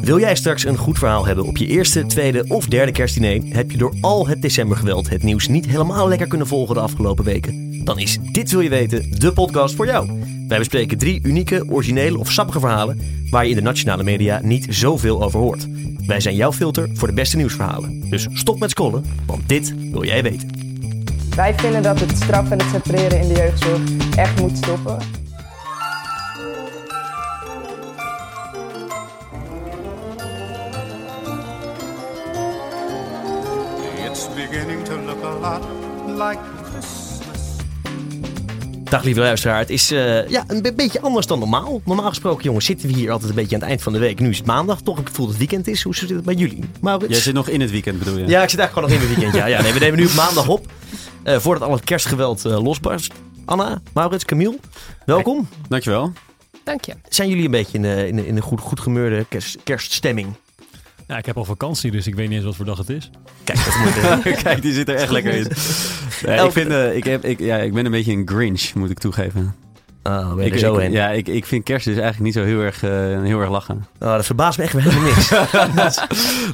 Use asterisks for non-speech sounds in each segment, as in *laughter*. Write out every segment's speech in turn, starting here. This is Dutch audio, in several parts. Wil jij straks een goed verhaal hebben op je eerste, tweede of derde kerstdiner? Heb je door al het decembergeweld het nieuws niet helemaal lekker kunnen volgen de afgelopen weken? Dan is Dit Wil Je Weten de podcast voor jou. Wij bespreken drie unieke, originele of sappige verhalen waar je in de nationale media niet zoveel over hoort. Wij zijn jouw filter voor de beste nieuwsverhalen. Dus stop met scrollen, want dit wil jij weten. Wij vinden dat het straffen en het separeren in de jeugdzorg echt moet stoppen. It's beginning to look a lot like Christmas. Dag lieve luisteraar, het is eh, ja, een be- beetje anders dan normaal. Normaal gesproken jongens zitten we hier altijd een beetje aan het eind van de week. Nu is het maandag, toch heb ik gevoel dat het weekend is. Hoe zit het bij jullie? Maurits? Jij zit nog in het weekend, bedoel je? Ja, ik zit eigenlijk gewoon nog in het weekend. Ja, ja. Nee, we nemen nu op maandag op, eh, voordat al het kerstgeweld eh, losbarst. Anna, Maurits, Camille, welkom. *laughs* Dankjewel. Dank je. Zijn jullie een beetje in, eh, in, in een goed, goed gemeurde kerst- kerststemming? Ja, ik heb al vakantie, dus ik weet niet eens wat voor dag het is. Kijk, dat moet... *laughs* eh, Kijk, die zit er echt lekker in. Nee, ik, Elf- vind, eh, ik, heb, ik, ja, ik ben een beetje een grinch, moet ik toegeven. Ah, ben je ik, er zo ik- heen. Ja, ik, ik vind kerst dus eigenlijk niet zo heel erg, eh, heel erg lachen. Oh, dat verbaast me echt weer helemaal niks.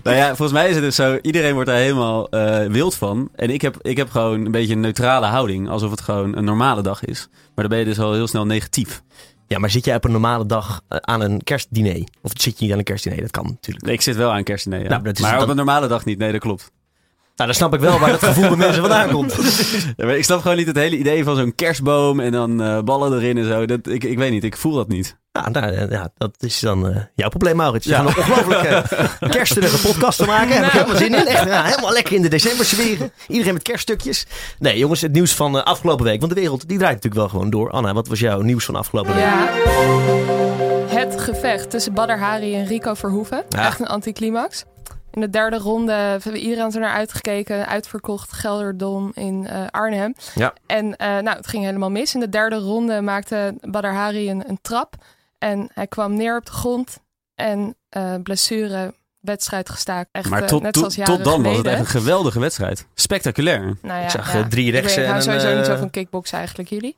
nou ja, volgens mij is het dus zo, iedereen wordt daar helemaal eh, wild van. En ik heb, ik heb gewoon een beetje een neutrale houding, alsof het gewoon een normale dag is. Maar dan ben je dus al heel snel negatief. Ja, maar zit jij op een normale dag eh, aan een kerstdiner? Of zit je niet aan een kerstdiner? Dat kan natuurlijk. Ik zit wel aan kerstdiner, ja. Nou, dat is maar dan- op een normale dag niet. Nee, dat klopt. Nou, dan snap ik wel waar dat gevoel bij mensen vandaan komt. Ja, maar ik snap gewoon niet het hele idee van zo'n kerstboom en dan eh, ballen erin en zo. Dat, ik, ik weet niet, ik voel dat niet. Ja, nou, eh, ja, dat is dan eh, jouw probleem, Maurits. Je Ja. gaat een ongelooflijke kersterige podcast te maken. Heb ik helemaal zin in. Echt ja, helemaal lekker in de decembersfeer. Iedereen met kerststukjes. Nee, jongens, het nieuws van eh, afgelopen week. Want de wereld die draait natuurlijk wel gewoon door. Anna, wat was jouw nieuws van afgelopen week? Ja. Het gevecht tussen Badr Hari en Rico Verhoeven. Ja. Echt een anticlimax. In de derde ronde hebben we iedereen er naar uitgekeken. Uitverkocht Gelderdom in eh, Arnhem. Ja. En eh, nou, het ging helemaal mis. In de derde ronde maakte Badr Hari een, een trap. En hij kwam neer op de grond. En eh, blessure, wedstrijd gestaakt. Echt, Maar eh, tot, net tot, zoals tot jaren dan was het geleden. echt een geweldige wedstrijd. Spectaculair. Nou ja, Ik zag, ja. eh, drie rechtse Ik, weet- ik hou en een, sowieso niet zo eh, van kickbox eigenlijk, jullie.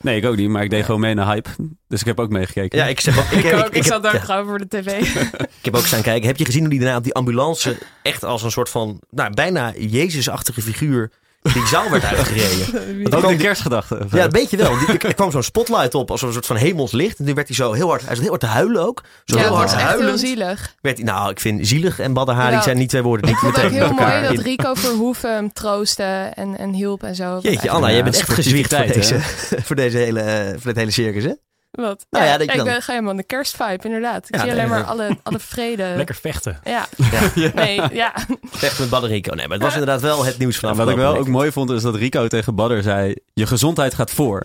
Nee, ik ook niet, maar ik deed gewoon mee naar hype. Dus ik heb ook meegekeken. Ja, ik, zeg, ook- ik, ik, Ik, ook, ik ik heb, zat daar ja, gewoon voor de tv. ik heb ook staan kijken. Heb je gezien hoe die daarna op die ambulance echt als een soort van, nou, bijna Jezusachtige figuur die zaal *laughs* werd uitgereden? Want ook de kerstgedachte. Ja, een beetje wel. Die- Er kwam zo'n spotlight op als een soort van hemelslicht. En toen werd hij zo heel hard, hij zat heel hard te huilen ook. Zo Ja, heel dat hard was echt heel huilend. zielig. Werd, nou, ik vind zielig en Badr Hari Ja. zijn niet twee woorden die Ik vond het ook meteen heel met elkaar mooi dat in- Rico Verhoeven hem troostte en, en hielp en zo. Wat Jeetje, echt- Anna, jij Ja, bent echt gezwicht voor, deze, sportiviteit, voor, deze hele, eh, voor dit hele circus, hè? Wat? Nou ja, ja, dat je ik dan- ben gewoon helemaal in de kerstvibe, inderdaad. Ik Ja, zie nee, alleen maar nee. alle, alle *laughs* vrede. Lekker vechten. Ja. Ja. *laughs* Nee, *laughs* ja. Echt met Badr Rico. Nee, maar het was inderdaad wel het nieuws van En wat ik wel afgelopen ook mooi vond, is dat Rico tegen Badder zei... Je gezondheid gaat voor.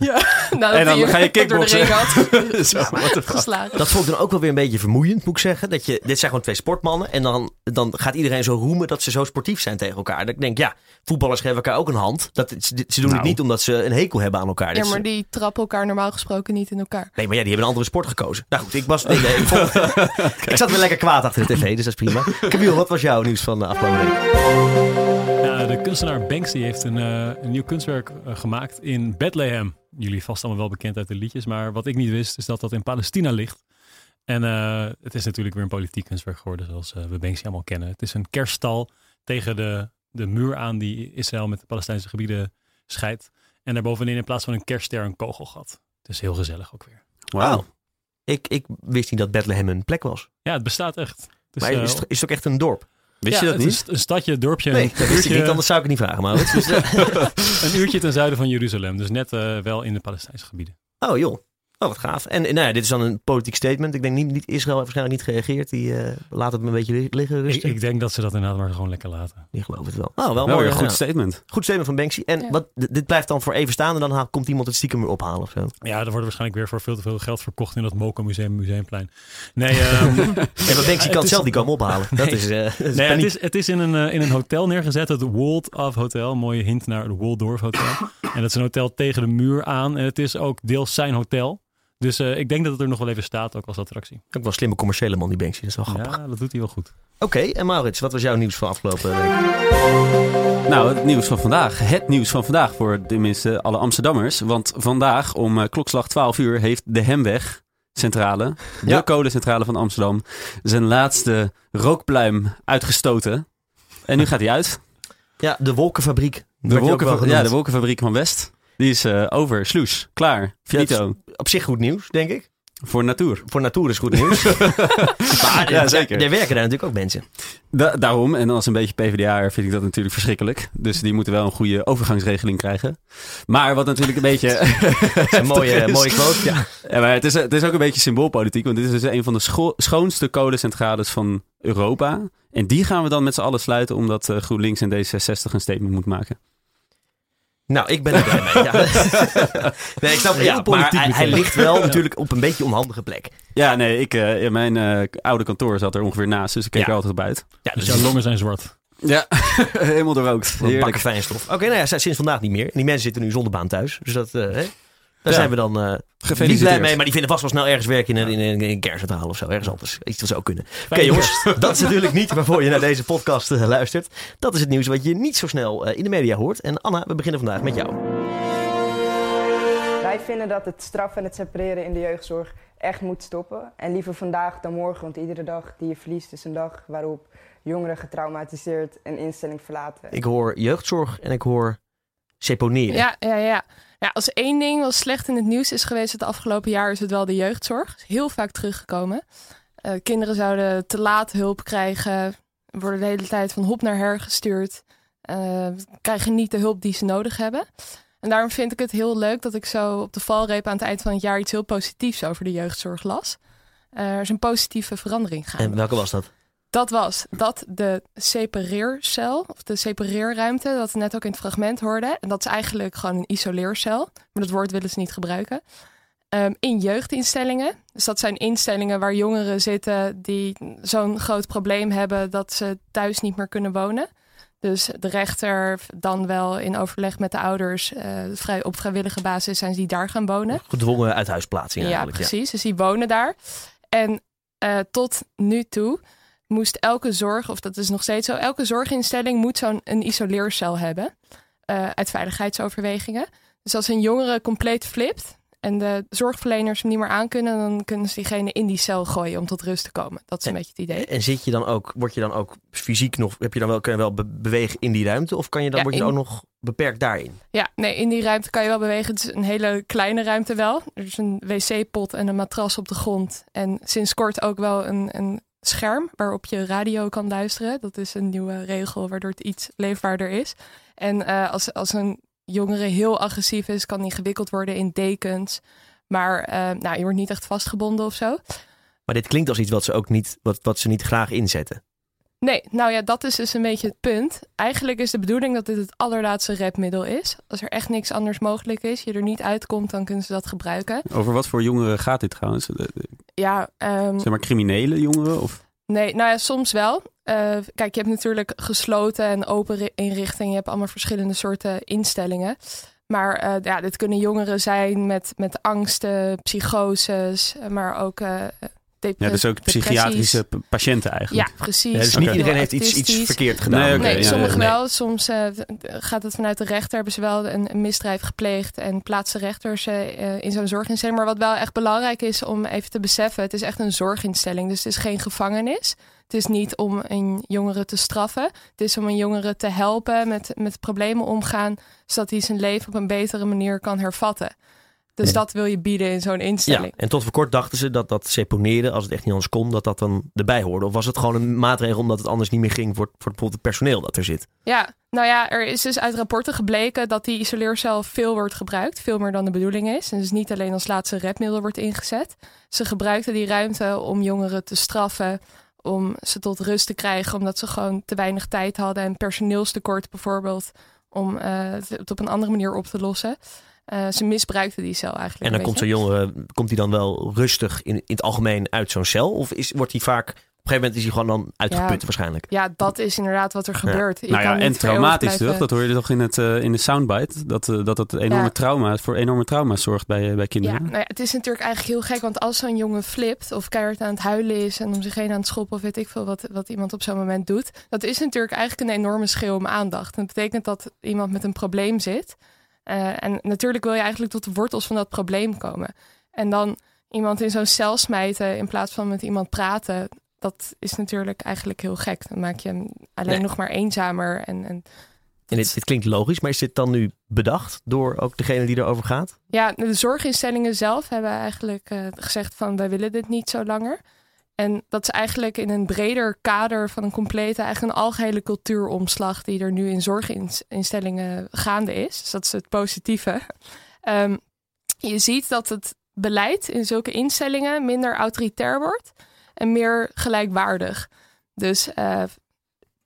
Nou, En dan die ga je *laughs* door de kickboksen. ring had *laughs* Zo, what the fuck. *laughs* geslagen. Dat vond ik dan ook wel weer een beetje vermoeiend, moet ik zeggen. Dat je, dit zijn gewoon twee sportmannen. En dan, dan gaat iedereen zo roemen dat ze zo sportief zijn tegen elkaar. Dat ik denk, ja, voetballers geven elkaar ook een hand. Dat, ze ze doen het Nou. niet omdat ze een hekel hebben aan elkaar. Ja, Dit is- maar die trappen elkaar normaal gesproken niet in elkaar. Nee, maar ja, die hebben een andere sport gekozen. Nou goed, ik was... Nee, nee, ik, *laughs* vond- ik zat weer lekker kwaad achter de tv, dus dat is prima. Camille, wat was jouw nieuws van de afgelopen week? Ja, de kunstenaar Banksy heeft een, eh, een nieuw kunstwerk eh, gemaakt in Bethlehem. Jullie vast allemaal wel bekend uit de liedjes. Maar wat ik niet wist, is dat dat in Palestina ligt. En eh, het is natuurlijk weer een politiek kunstwerk geworden, zoals eh, we Banksy allemaal kennen. Het is een kerststal tegen de, de muur aan die Israël met de Palestijnse gebieden scheidt. En daarbovenin in plaats van een kerstster een kogelgat. Dus heel gezellig ook weer. Wauw. Oh. Ik, ik wist niet dat Bethlehem een plek was. Ja, het bestaat echt. Het maar eh, is, het, is het ook echt een dorp? Wist je ja, dat het niet? is een stadje, een dorpje, Nee, een eh. dat wist ik niet, buurtje. anders zou ik het niet vragen. Maar het is, Een uurtje ten zuiden van Jeruzalem, dus net eh, wel in de Palestijnse gebieden. *laughs* oh joh, oh, wat gaaf. En eh, nou ja, dit is dan een politiek statement. Ik denk, niet, niet, Israël heeft waarschijnlijk niet gereageerd. Die eh, laat het me een beetje li- liggen, Ik, rustig. Dus ik denk dat ze dat inderdaad maar gewoon lekker laten. Die geloof het wel. Oh, wel Wel mooi. weer ja. een goed Goed, statement. statement van Banksy. En Ja. wat, dit dit blijft dan voor even staan en dan haalt- komt iemand het stiekem weer ophalen of zo. Ja, er wordt waarschijnlijk weer voor veel te veel geld verkocht in dat Moco Museum, Museumplein. *laughs* Nee, ehm, Ja, maar Banksy het kan het is- zelf niet komen ophalen. Dat Nee. is, eh, *laughs* dat is nee het paniek. is, het is in, een, eh, in een hotel neergezet, het Waldorf Hotel. Mooie hint naar het Waldorf Hotel. en dat is een hotel tegen de muur aan en het is ook deels zijn hotel. Dus eh, ik denk dat het er nog wel even staat, ook als attractie. Ook wel een slimme commerciële man, die Banksy. Dat is wel grappig. Ja, dat doet hij wel goed. Oké, en Maurits, wat was jouw nieuws van afgelopen week? Nou, het nieuws van vandaag. Het nieuws van vandaag voor tenminste alle Amsterdammers. Want vandaag om eh, klokslag 12 uur heeft de Hemweg centrale, de Ja. kolencentrale van Amsterdam, zijn laatste rookpluim uitgestoten. En nu gaat hij *laughs* uit. Ja, de wolkenfabriek. De, wolkenfa- ja, de wolkenfabriek van West. Die is eh, over, sluis, klaar, finito, Op zich goed nieuws, denk ik. voor natuur. Voor Natuur is *laughs* goed nieuws. maar Ja, er- zeker. er werken daar natuurlijk ook *laughs* mensen. Da- daarom, en als een beetje PvdA vind ik dat natuurlijk verschrikkelijk. Dus die moeten wel een goede overgangsregeling krijgen. Maar wat natuurlijk een *laughs* beetje... Dat is een *laughs* mooie, eh, mooie quote. Ja. Ja, maar het, is, het is ook een beetje symboolpolitiek, want dit is dus een van de scho- schoonste kolencentrales van Europa. En die gaan we dan met z'n allen sluiten, omdat eh, GroenLinks en D66 een statement moet *laughs* maken. Nou, ik ben er blij mee. *laughs* Ja. nee, ik snap het. Ja, maar politiek hij, meteen. hij ligt wel natuurlijk op een beetje onhandige plek. Ja, nee, ik, eh, in mijn eh, buiten kantoor zat er ongeveer naast, dus ik keek Ja. er altijd op uit. Ja, Dus jouw longen zijn zwart. Ja, *laughs* helemaal doorrookt. Een bak Heerlijk. fijnstof. Oké, nou ja, zij- sinds vandaag niet meer. En die mensen zitten nu zonder baan thuis. Dus dat, eh, hè, daar Ja. zijn we dan eh, niet Gefeliciteerd. blij mee. Maar die vinden vast wel snel ergens werk in een, in een, in een kerncentrale of zo. Ergens anders. Iets wat ze ook kunnen. Oké jongens, dat is natuurlijk niet waarvoor je naar deze podcast eh, luistert. Dat is het nieuws wat je niet zo snel eh, in de media hoort. En Anna, we beginnen vandaag met jou. Wij vinden dat het straffen en het separeren in de jeugdzorg echt moet stoppen. En liever vandaag dan morgen, want iedere dag die je verliest is een dag waarop jongeren getraumatiseerd een instelling verlaten. Ik hoor jeugdzorg en ik hoor seponeren. Ja, ja, ja. ja, als één ding wel slecht in het nieuws is geweest het afgelopen jaar, is het wel de jeugdzorg. Is Heel vaak teruggekomen. Eh, kinderen zouden te laat hulp krijgen, worden de hele tijd van hop naar her gestuurd, eh, krijgen niet de hulp die ze nodig hebben. En daarom vind ik het heel leuk dat ik zo op de valreep aan het eind van het jaar iets heel positiefs over de jeugdzorg las. Eh, er is een positieve verandering gaande. En welke was dat? Dat was dat de separeercel, of de separeerruimte, dat we net ook in het fragment hoorden. En dat is eigenlijk gewoon een isoleercel, maar dat woord willen ze niet gebruiken. Ehm, in jeugdinstellingen. Dus dat zijn instellingen waar jongeren zitten die zo'n groot probleem hebben dat ze thuis niet meer kunnen wonen. Dus de rechter dan wel in overleg met de ouders eh, vrij, op vrijwillige basis zijn ze die daar gaan wonen. Gedwongen uit huisplaatsing Ja, eigenlijk. precies. Dus die wonen daar. En eh, tot nu toe moest elke zorg, of dat is nog steeds zo, elke zorginstelling moet zo'n een isoleercel hebben. eh, uit veiligheidsoverwegingen. Dus als een jongere compleet flipt en de zorgverleners hem niet meer aankunnen, dan kunnen ze diegene in die cel gooien om tot rust te komen. Dat is een En- beetje het idee. En zit je dan ook, word je dan ook fysiek nog, heb je dan wel, kun je wel be- bewegen in die ruimte? Of kan je dan, Ja, word je dan in- ook nog beperkt daarin? Ja, nee, in die ruimte kan je wel bewegen. Het is een hele kleine ruimte wel. Er is een wc-pot en een matras op de grond. En sinds kort ook wel een, een scherm waarop je radio kan luisteren. Dat is een nieuwe regel waardoor het iets leefbaarder is. En eh, als, als een jongere heel agressief is, kan die gewikkeld worden in dekens. Maar eh, nou, je wordt niet echt vastgebonden of zo. Maar dit klinkt als iets wat ze ook niet, wat, wat ze niet graag inzetten. Nee, nou ja, dat is dus een beetje het punt. Eigenlijk is de bedoeling dat dit het allerlaatste redmiddel is. Als er echt niks anders mogelijk is, je er niet uitkomt, dan kunnen ze dat gebruiken. Over wat voor jongeren gaat dit trouwens? Eh, Ja, ehm, Zeg maar criminele jongeren? Of? nee, nou ja, soms wel. Eh, kijk, je hebt natuurlijk gesloten en open ri- inrichting. Je hebt allemaal verschillende soorten instellingen. Maar eh, ja, dit kunnen jongeren zijn met, met angsten, psychoses, eh, maar ook eh Ja, dus ook depressies. psychiatrische p- patiënten Ja, eigenlijk. precies. Ja, dus niet Oké. iedereen heeft iets, iets Autistisch. verkeerd gedaan. Nee, oké, Nee, ja, sommigen Nee. wel. Soms eh, d- gaat het vanuit de rechter. Hebben ze wel een, een misdrijf gepleegd en plaatsen rechters eh, eh, in zo'n zorginstelling. Maar wat wel echt belangrijk is om even te beseffen: het is echt een zorginstelling. Dus het is geen gevangenis. Het is niet om een jongere te straffen. Het is om een jongere te helpen met, met problemen omgaan. Zodat hij zijn leven op een betere manier kan hervatten. Dus Ja. dat wil je bieden in zo'n Ja, instelling. en tot voor kort dachten ze dat dat seponeren, als het echt niet anders kon, dat dat dan erbij hoorde. Of was het gewoon een maatregel omdat het anders niet meer ging voor, voor bijvoorbeeld het personeel dat er zit? Ja, nou ja, er is dus uit rapporten gebleken dat die isoleercel veel wordt gebruikt. Veel meer dan de bedoeling is. En dus niet alleen als laatste redmiddel wordt ingezet. Ze gebruikten die ruimte om jongeren te straffen. Om ze tot rust te krijgen, omdat ze gewoon te weinig tijd hadden. En personeelstekort bijvoorbeeld, om eh, het op een andere manier op te lossen. Eh, ze misbruikten die cel eigenlijk. En dan een komt beetje. zo'n jongere, komt hij dan wel rustig in, in het algemeen uit zo'n cel? Of is, wordt hij vaak, op een gegeven moment is hij gewoon dan uitgeput Ja. waarschijnlijk? Ja, dat is inderdaad wat er gebeurt. Je nou kan ja, niet en voor traumatisch eeuwig toch? blijven- Dat hoor je toch in, het, eh, in de soundbite. Dat eh, dat, dat enorme Ja. trauma, voor enorme trauma's zorgt bij, eh, bij Ja, kinderen. nou ja, het is natuurlijk eigenlijk heel gek. Want als zo'n jongen flipt of keihard aan het huilen is en om zich heen aan het schoppen of weet ik veel wat, wat iemand op zo'n moment doet. Dat is natuurlijk eigenlijk een enorme schreeuw om aandacht. En dat betekent dat iemand met een probleem zit. Eh, en natuurlijk wil je eigenlijk tot de wortels van dat probleem komen. En dan iemand in zo'n cel smijten in plaats van met iemand praten, dat is natuurlijk eigenlijk heel gek. Dan maak je hem alleen Nee. nog maar eenzamer. En, en En dit, dit klinkt logisch, maar is dit dan nu bedacht door ook degene die erover gaat? Ja, de zorginstellingen zelf hebben eigenlijk eh, gezegd van wij willen dit niet zo langer. En dat is eigenlijk in een breder kader van een complete, eigenlijk een algehele cultuuromslag die er nu in zorginstellingen gaande is. Dus dat is het positieve. *laughs* Ehm, je ziet dat het beleid in zulke instellingen minder autoritair wordt en meer gelijkwaardig. Dus eh,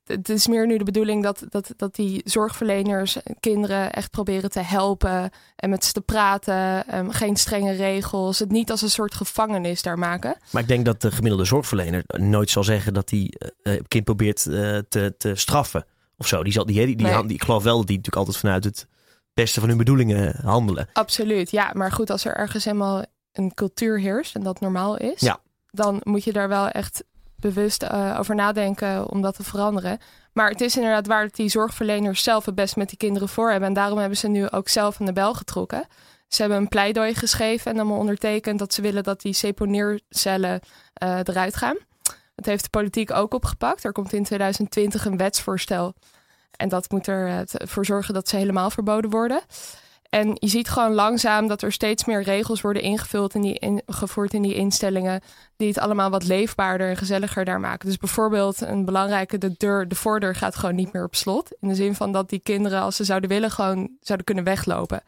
het is meer nu de bedoeling dat, dat, dat die zorgverleners eh, kinderen echt proberen te helpen en met ze te praten. ehm, geen strenge regels. Het niet als een soort gevangenis daar maken. Maar ik denk dat de gemiddelde zorgverlener nooit zal zeggen dat hij eh, een kind probeert eh, te, te straffen of zo. Die zal, die, die, die, Nee. die- ik geloof wel dat die natuurlijk altijd vanuit het beste van hun bedoelingen handelen. Absoluut, ja. Maar goed, als er ergens helemaal een cultuur heerst en dat normaal is, Ja. dan moet je daar wel echt bewust eh, over nadenken om dat te veranderen. Maar het is inderdaad waar dat die zorgverleners zelf het best met die kinderen voor hebben. En daarom hebben ze nu ook zelf aan de bel getrokken. Ze hebben een pleidooi geschreven en allemaal ondertekend dat ze willen dat die seponeercellen eh, eruit gaan. Dat heeft de politiek ook opgepakt. Er komt in 2020 een wetsvoorstel. En dat moet ervoor zorgen dat ze helemaal verboden worden. En je ziet gewoon langzaam dat er steeds meer regels worden ingevuld in die ingevoerd in die instellingen. Die het allemaal wat leefbaarder en gezelliger daar maken. Dus bijvoorbeeld een belangrijke, de, deur, de voordeur gaat gewoon niet meer op slot. In de zin van dat die kinderen, als ze zouden willen, gewoon zouden kunnen weglopen.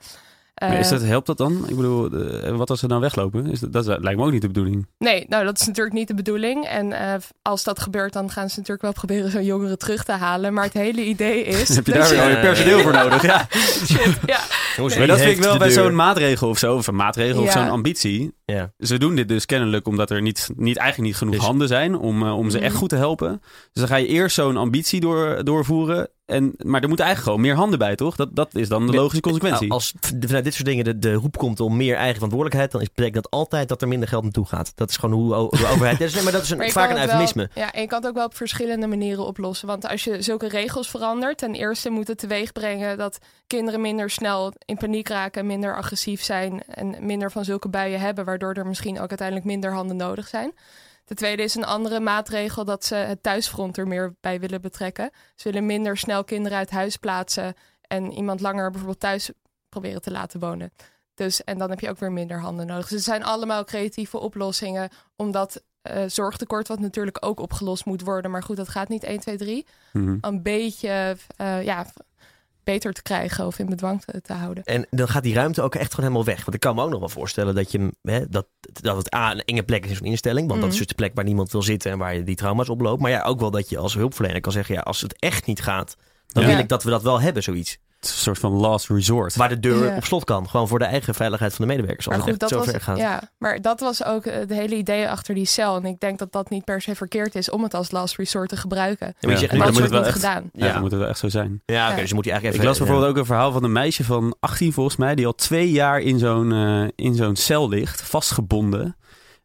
Maar is Eh, dat, helpt dat dan? Ik bedoel, eh, wat als ze dan weglopen? Is dat, dat lijkt me ook niet de bedoeling. *laughs* Nee, nou dat is natuurlijk niet de bedoeling. En eh, als dat gebeurt, dan gaan ze natuurlijk wel proberen zo'n jongeren terug te halen. Maar het hele idee is. Dus *laughs* Heb je dat daar weer al je eh, personeel voor *laughs* nodig? Ja. Shit, ja. Maar dat vind ik wel bij zo'n maatregel of zo, of een maatregel of Ja. zo'n ambitie. Ja. Ze doen dit dus kennelijk omdat er niet, niet, eigenlijk niet genoeg Dus- handen zijn om, eh, om ze echt Mhm. goed te helpen. Dus dan ga je eerst zo'n ambitie door, doorvoeren. En, maar er moeten eigenlijk gewoon meer handen bij, toch? Dat, dat is dan de logische consequentie. Nou, Als v- vanuit dit soort dingen de, de roep komt om meer eigen verantwoordelijkheid, dan is- betekent dat altijd dat er minder geld naartoe gaat. Dat is gewoon hoe o- de overheid. *laughs* Dat is, nee, maar dat is een, Maar je vaak kan een het wel- eufemisme. ja, en je kan het ook wel op verschillende manieren oplossen. Want als je zulke regels verandert, ten eerste moet het teweeg brengen dat kinderen minder snel in paniek raken, minder agressief zijn en minder van zulke buien hebben, waardoor er misschien ook uiteindelijk minder handen nodig zijn. De tweede is een andere maatregel dat ze het thuisfront er meer bij willen betrekken. Ze willen minder snel kinderen uit huis plaatsen en iemand langer bijvoorbeeld thuis proberen te laten wonen. Dus, en dan heb je ook weer minder handen nodig. Dus het zijn allemaal creatieve oplossingen om dat eh, zorgtekort, wat natuurlijk ook opgelost moet worden. Maar goed, dat gaat niet 1, 2, 3. Mhm. Een beetje eh, ja, beter te krijgen of in bedwang te, te houden. En dan gaat die ruimte ook echt gewoon helemaal weg. Want ik kan me ook nog wel voorstellen dat, je, hem, hè, dat, dat het A, een enge plek is in zo'n instelling. Want dat is Mhm. dus de plek waar niemand wil zitten en waar je die trauma's oploopt. Maar ja, ook wel dat je als hulpverlener kan zeggen, ja, als het echt niet gaat, dan Ja. wil ik dat we dat wel hebben, zoiets. Het is een soort van last resort. Waar de deur Ja. op slot kan. Gewoon voor de eigen veiligheid van de medewerkers. Als het echt zo ver gaat. ja, maar dat was ook eh, het hele idee achter die cel. En ik denk dat dat niet per se verkeerd is om het als last resort te gebruiken. Ja, maar je zegt Ja, nu, En dat dan wordt moet het wel niet echt- gedaan. ja, Ja. dan moet het wel echt zo zijn. Ja, oké, dus je moet die eigenlijk Ik even... las ja. bijvoorbeeld ook een verhaal van een meisje van 18 volgens mij, die al twee jaar in zo'n eh, in zo'n cel ligt, vastgebonden.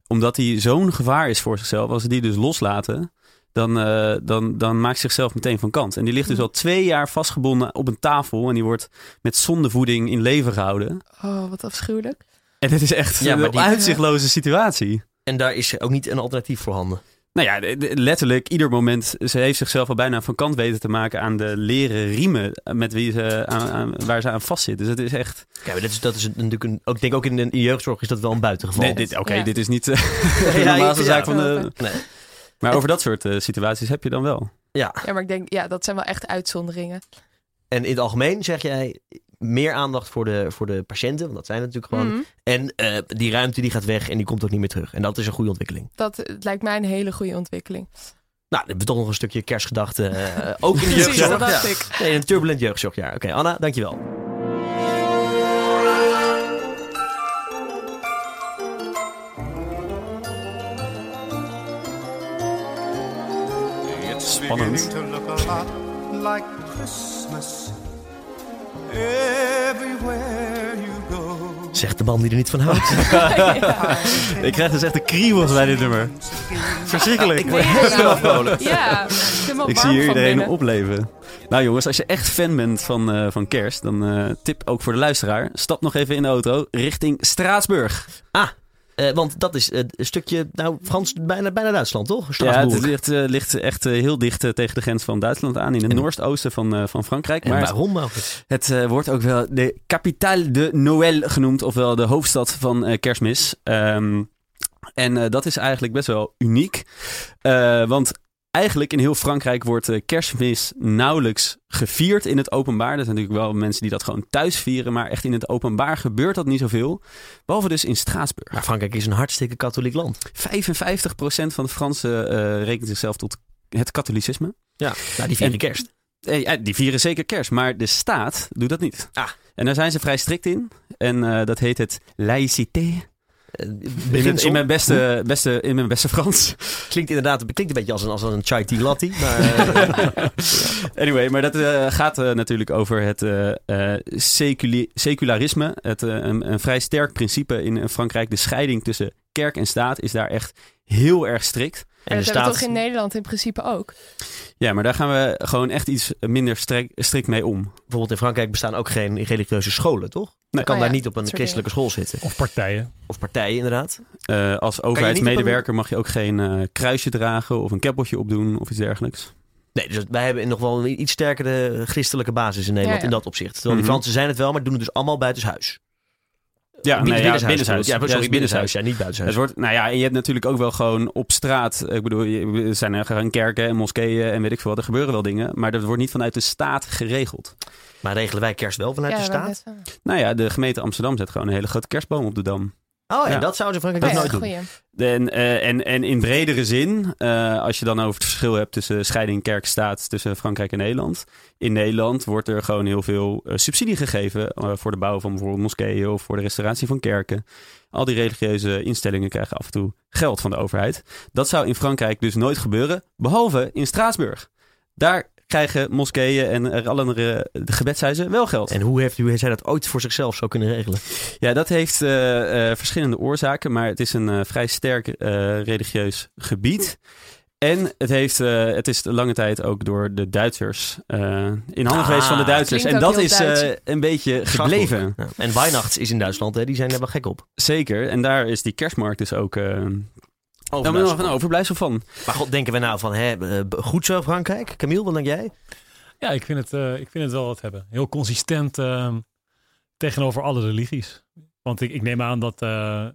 Omdat hij zo'n gevaar is voor zichzelf. Als ze die dus loslaten, dan, eh, dan, dan maakt ze zichzelf meteen van kant. En die ligt dus al twee jaar vastgebonden op een tafel en die wordt met zondevoeding in leven gehouden. Oh, wat afschuwelijk. En dit is echt Ja, maar een die- uitzichtloze situatie. En daar is ook niet een alternatief voorhanden. Nou ja, de- de- letterlijk ieder moment. Ze heeft zichzelf al bijna van kant weten te maken aan de leren riemen eh, met wie ze aan, aan- waar ze aan vastzit. Dus het is echt... Ja, maar dat is, dat is een- natuurlijk een... Ook, ik denk ook in de in de jeugdzorg is dat wel een buitengeval. Nee, dit, oké, Ja. dit is niet eh, *laughs* de *laughs* Ja, normaalste ja. zaak van de... Nee. Maar over dat soort eh, situaties heb je dan wel. Ja, Ja, maar ik denk, ja, dat zijn wel echt uitzonderingen. en in het algemeen zeg jij meer aandacht voor de, voor de patiënten, want dat zijn het natuurlijk gewoon. Mhm. En eh, die ruimte die gaat weg en die komt ook niet meer terug. En dat is een goede ontwikkeling. Dat eh, lijkt mij een hele goede ontwikkeling. Nou, dan hebben we toch nog een stukje kerstgedachte. eh, ook in de Precies, jeugdzorg. dat dacht Ja. ik. Nee, een turbulent jeugdzorgjaar. Oké, Anna, dankjewel. It's Spannend. beginning to look a lot like Christmas everywhere you go. Zegt de man die er niet van houdt. Ik krijg dus echt de kriebels bij dit nummer. Verschrikkelijk. Ik word *laughs* Ja. nou, helemaal vrolijk. Ja, ik ben helemaal Ik zie warm hier van iedereen binnen. opleven. Nou jongens, als je echt fan bent van, eh, van kerst, dan eh, tip ook voor de luisteraar. Stap nog even in de auto richting Straatsburg. Ah. Eh, want dat is eh, een stukje, nou, Frans, bijna, bijna Duitsland, toch? Ja, Straatsburg. het ligt, eh, ligt echt eh, heel dicht eh, tegen de grens van Duitsland aan, in het En- noordoosten van, eh, van Frankrijk. en Maar waarom nou? Het eh, wordt ook wel de capitale de Noël genoemd, ofwel de hoofdstad van eh, kerstmis. Ehm, en eh, dat is eigenlijk best wel uniek. Eh, want eigenlijk in heel Frankrijk wordt eh, kerstmis nauwelijks gevierd in het openbaar. Er zijn natuurlijk wel mensen die dat gewoon thuis vieren, maar echt in het openbaar gebeurt dat niet zoveel. Behalve dus in Straatsburg. Maar Frankrijk is een hartstikke katholiek land. 55% van de Fransen eh, rekent zichzelf tot het katholicisme. Ja, nou, die vieren En- kerst. Eh, Ja, die vieren zeker kerst, maar de staat doet dat niet. Ah. En daar zijn ze vrij strikt in. En eh, dat heet het laïcité. In, Eh, het- beginsel. in, mijn beste, beste, in mijn beste Frans. Klinkt inderdaad klinkt een beetje als een, als een chai tea latte. Maar, *laughs* eh, *laughs* Anyway, maar dat eh, gaat eh, natuurlijk over het eh, eh, seculi- secularisme. Het, eh, een, een vrij sterk principe in eh, Frankrijk. De scheiding tussen kerk en staat is daar echt heel erg strikt. En en de dat hebben we staat... toch in Nederland in principe ook. Ja, maar daar gaan we gewoon echt iets minder strek- strikt mee om. Bijvoorbeeld in Frankrijk bestaan ook geen religieuze scholen, toch? Je kan Oh ja, daar niet op een dat soort christelijke school zitten. Of partijen. Of partijen, inderdaad. Eh, als overheidsmedewerker mag je ook geen eh, kruisje dragen of een keppeltje opdoen of iets dergelijks. Nee, dus wij hebben nog wel een iets sterkere christelijke basis in Nederland Ja, ja. in dat opzicht. Terwijl Mhm. die Fransen zijn het wel, maar doen het dus allemaal buitenshuis. Ja, Binnen- nee, ja, binnenshuis. Ja, Ja, sorry, is binnenshuis. Ja, niet Het buitenshuis. wordt, nou ja, en je hebt natuurlijk ook wel gewoon op straat. Ik bedoel, je- er zijn er gewoon kerken en moskeeën en weet ik veel wat. Er gebeuren wel dingen, maar dat wordt niet vanuit de staat geregeld. Maar regelen wij kerst wel vanuit ja, de dat staat? net wel. Nou ja, de gemeente Amsterdam zet gewoon een hele grote kerstboom op de dam. Oh, en Ja. dat zouden ze in Ja, Frankrijk dat nooit is doen. een En, goeie. eh, en, en in bredere zin, eh, als je dan over het verschil hebt tussen scheiding kerk-staat tussen Frankrijk en Nederland. In Nederland wordt er gewoon heel veel eh, subsidie gegeven eh, voor de bouw van bijvoorbeeld moskeeën of voor de restauratie van kerken. Al die religieuze instellingen krijgen af en toe geld van de overheid. Dat zou in Frankrijk dus nooit gebeuren, behalve in Straatsburg. Daar krijgen moskeeën en er alle andere eh, gebedshuizen wel geld. En hoe heeft u zij dat ooit voor zichzelf zo kunnen regelen? Ja, dat heeft eh, eh, verschillende oorzaken, maar het is een eh, vrij sterk eh, religieus gebied. En het, heeft, eh, het is de lange tijd ook door de Duitsers eh, in handen Ah, geweest van de Duitsers. klinkt En ook dat heel is eh, Duits. een beetje gebleven. Ja. En Weihnachts is in Duitsland, hè? die zijn daar wel gek op. Zeker. En daar is die kerstmarkt dus ook eh, Over daar nog Duitsland. een overblijfsel van. Maar god, denken we nou van, hè, eh, goed zo Frankrijk? Camille, wat denk jij? Ja, ik vind het, eh, ik vind het wel wat hebben. Heel consistent ehm, tegenover alle religies. Want ik, ik neem aan dat, eh,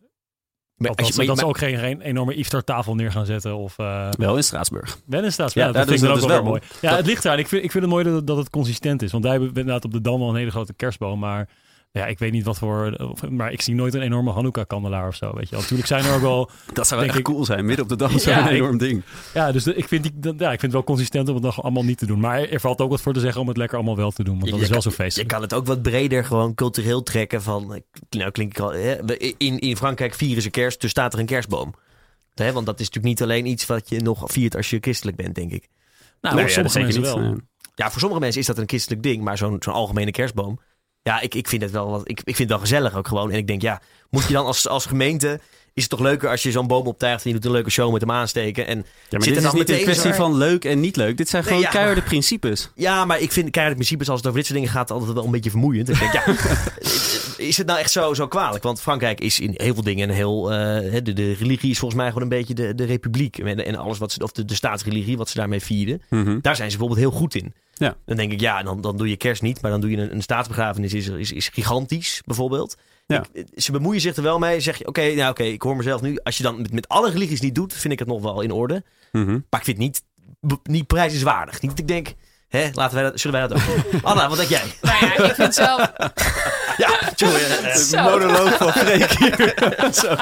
Maar dat, als je- ze, maar- dat ze ook geen, geen enorme iftartafel neer gaan zetten. Of eh Wel in Straatsburg. wel in staat. Ja, Ja, daar dat vind ik doen dan ook ze dat wel, dus weer mooi. Ja, het ligt daar. Ik vind, ik vind het mooi dat, dat het consistent is. Want wij hebben inderdaad op de Dam wel een hele grote kerstboom. Maar ja, ik weet niet wat voor... of- Maar ik zie nooit een enorme Hanukkah-kandelaar of zo. Weet je. wel. Natuurlijk zijn er ook wel... Dat zou Denk echt ik- cool zijn. Midden op de dag Ja, zo'n ik- enorm ding. Ja, dus de- ik, vind die, dat- ja, ik vind het wel consistent om het nog allemaal niet te doen. Maar er valt ook wat voor te zeggen om het lekker allemaal wel te doen. Want dat Je is wel kan- zo feest. Je Dus kan het ook wat breder gewoon cultureel trekken van... eh, Nou klink ik al... Hè, we- in, in Frankrijk vieren ze kerst, dus staat er een kerstboom. Hè, want dat is natuurlijk niet alleen iets wat je nog viert als je christelijk bent, denk ik. Nou, Nee, ja, dat sommige zeker mensen niet. wel. Eh, Ja, voor sommige mensen is dat een christelijk ding, maar zo'n zo'n algemene kerstboom... Ja, ik, ik vind het wel, wat- ik, ik vind het wel gezellig ook gewoon. En ik denk, ja, moet je dan als, als gemeente... Is het toch leuker als je zo'n boom optuigt en je doet een leuke show met hem aansteken. En Ja, Zit maar dit er is dan niet een meteen kwestie zo'n- van leuk en niet leuk. Dit zijn Nee, gewoon ja, keiharde principes. Ja, maar ik vind keiharde principes als het over dit soort dingen gaat altijd wel een beetje vermoeiend. Ik denk, *laughs* ja, eh, is het nou echt zo, zo kwalijk? Want Frankrijk is in heel veel dingen een heel... eh, hè, de, de religie is volgens mij gewoon een beetje de, de republiek. En, en alles wat ze... Of de, de staatsreligie, wat ze daarmee vierden. Mhm. Daar zijn ze bijvoorbeeld heel goed in. Ja. Dan denk ik, ja, dan, dan doe je kerst niet. Maar dan doe je een, een staatsbegrafenis is, is, is gigantisch, bijvoorbeeld. Ja. Ik- eh, ze bemoeien zich er wel mee. Zeg je, oké, nou oké, ik hoor mezelf nu. Als je dan met, met alle religies niet doet, vind ik het nog wel in orde. Mhm. Maar ik vind het niet, b- niet prijzenswaardig. Niet dat ik denk, hè, laten wij dat, zullen wij dat ook *laughs* doen? Anna, wat denk jij? Nou ja, ik vind *laughs* zelf... *laughs* Ja, sorry, eh, eh, Zo. monoloog van Freek hier. *laughs* Zo.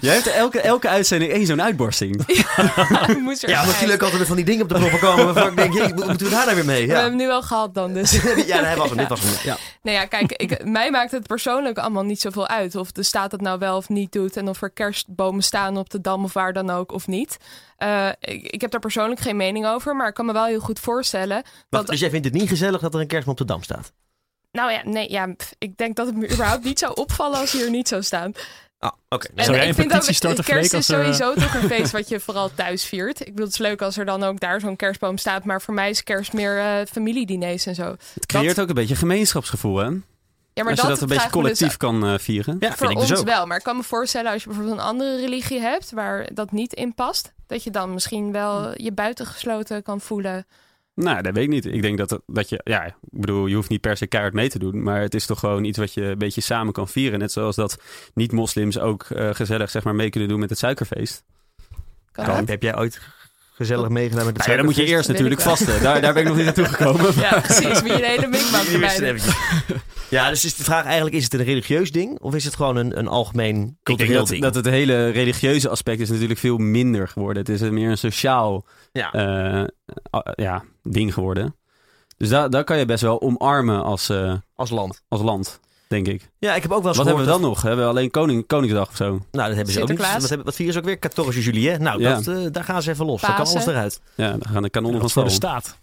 Jij hebt elke, elke uitzending één zo'n uitbarsting. ik moest er ja, omdat zijn. natuurlijk altijd weer van die dingen *laughs* op de knoppen komen waarvan ik denk, jee, mo- moeten we daar nou weer mee? We hebben Ja, *laughs* hem nu wel gehad dan, dus... *laughs* ja hij was hem, dit was hem. Ja. Nou ja, kijk, ik, mij maakt het persoonlijk allemaal niet zoveel uit. Of de staat dat nou wel of niet doet. En of er kerstbomen staan op de dam of waar dan ook of niet. Eh, ik, ik heb daar persoonlijk geen mening over. Maar ik kan me wel heel goed voorstellen. Wacht, Dat, dus jij vindt het niet gezellig dat er een kerstman op de dam staat? nou ja, nee, ja, pff, ik denk dat het me überhaupt niet zou opvallen als hij er niet zou staan. Ah, oké. En Zou jij ik een vind petitie ook, starten, kerst Freek, is als, eh, sowieso toch *laughs* een feest wat je vooral thuis viert. Ik bedoel, het is leuk als er dan ook daar zo'n kerstboom staat. Maar voor mij is kerst meer eh familiediners en zo. Het creëert ook een beetje gemeenschapsgevoel, hè? Ja, maar als je dat, een beetje vragen we dus collectief kan eh, vieren. Ja, voor vind ik ons dus ook. wel. Maar ik kan me voorstellen als je bijvoorbeeld een andere religie hebt waar dat niet in past, dat je dan misschien Hm. wel je buitengesloten kan voelen. Nou, dat weet ik niet. Ik denk dat, dat je, ja, ik bedoel, je hoeft niet per se keihard mee te doen. Maar het is toch gewoon iets wat je een beetje samen kan vieren. Net zoals dat niet-moslims ook eh, gezellig, zeg maar, mee kunnen doen met het suikerfeest. Kan Kan. dat? Heb jij ooit gezellig meegedaan met het Nou ja, dan moet je suikerfeest? eerst Dat weet natuurlijk ik wel. vasten. Daar, daar ben ik nog niet naartoe gekomen. *laughs* Ja, precies. Wie je de hele *laughs* mikmak Die wist erbij het eh, doet. eventjes. *laughs* Ja, dus is de vraag eigenlijk, is het een religieus ding? Of is het gewoon een, een algemeen Ik denk cultureel dat, ding? dat het hele religieuze aspect is natuurlijk veel minder geworden. Het is een- meer een sociaal Ja. eh, a- ja, ding geworden. Dus daar, daar kan je best wel omarmen als, eh, Als land. als land, denk ik. Ja, ik heb ook wel eens Wat hebben we dan gehoord nog? Hebben we alleen koning, Koningsdag of zo? dat- Nou, dat hebben ze ook niet. Sinterklaas? Wat, hebben, wat vieren ze ook weer? 14 juli, hè? Nou, Ja. dat, eh, daar gaan ze even los. Dan kan Pasen. alles eruit. Ja, dan gaan de kanonnen van Wat voor de stal. staat.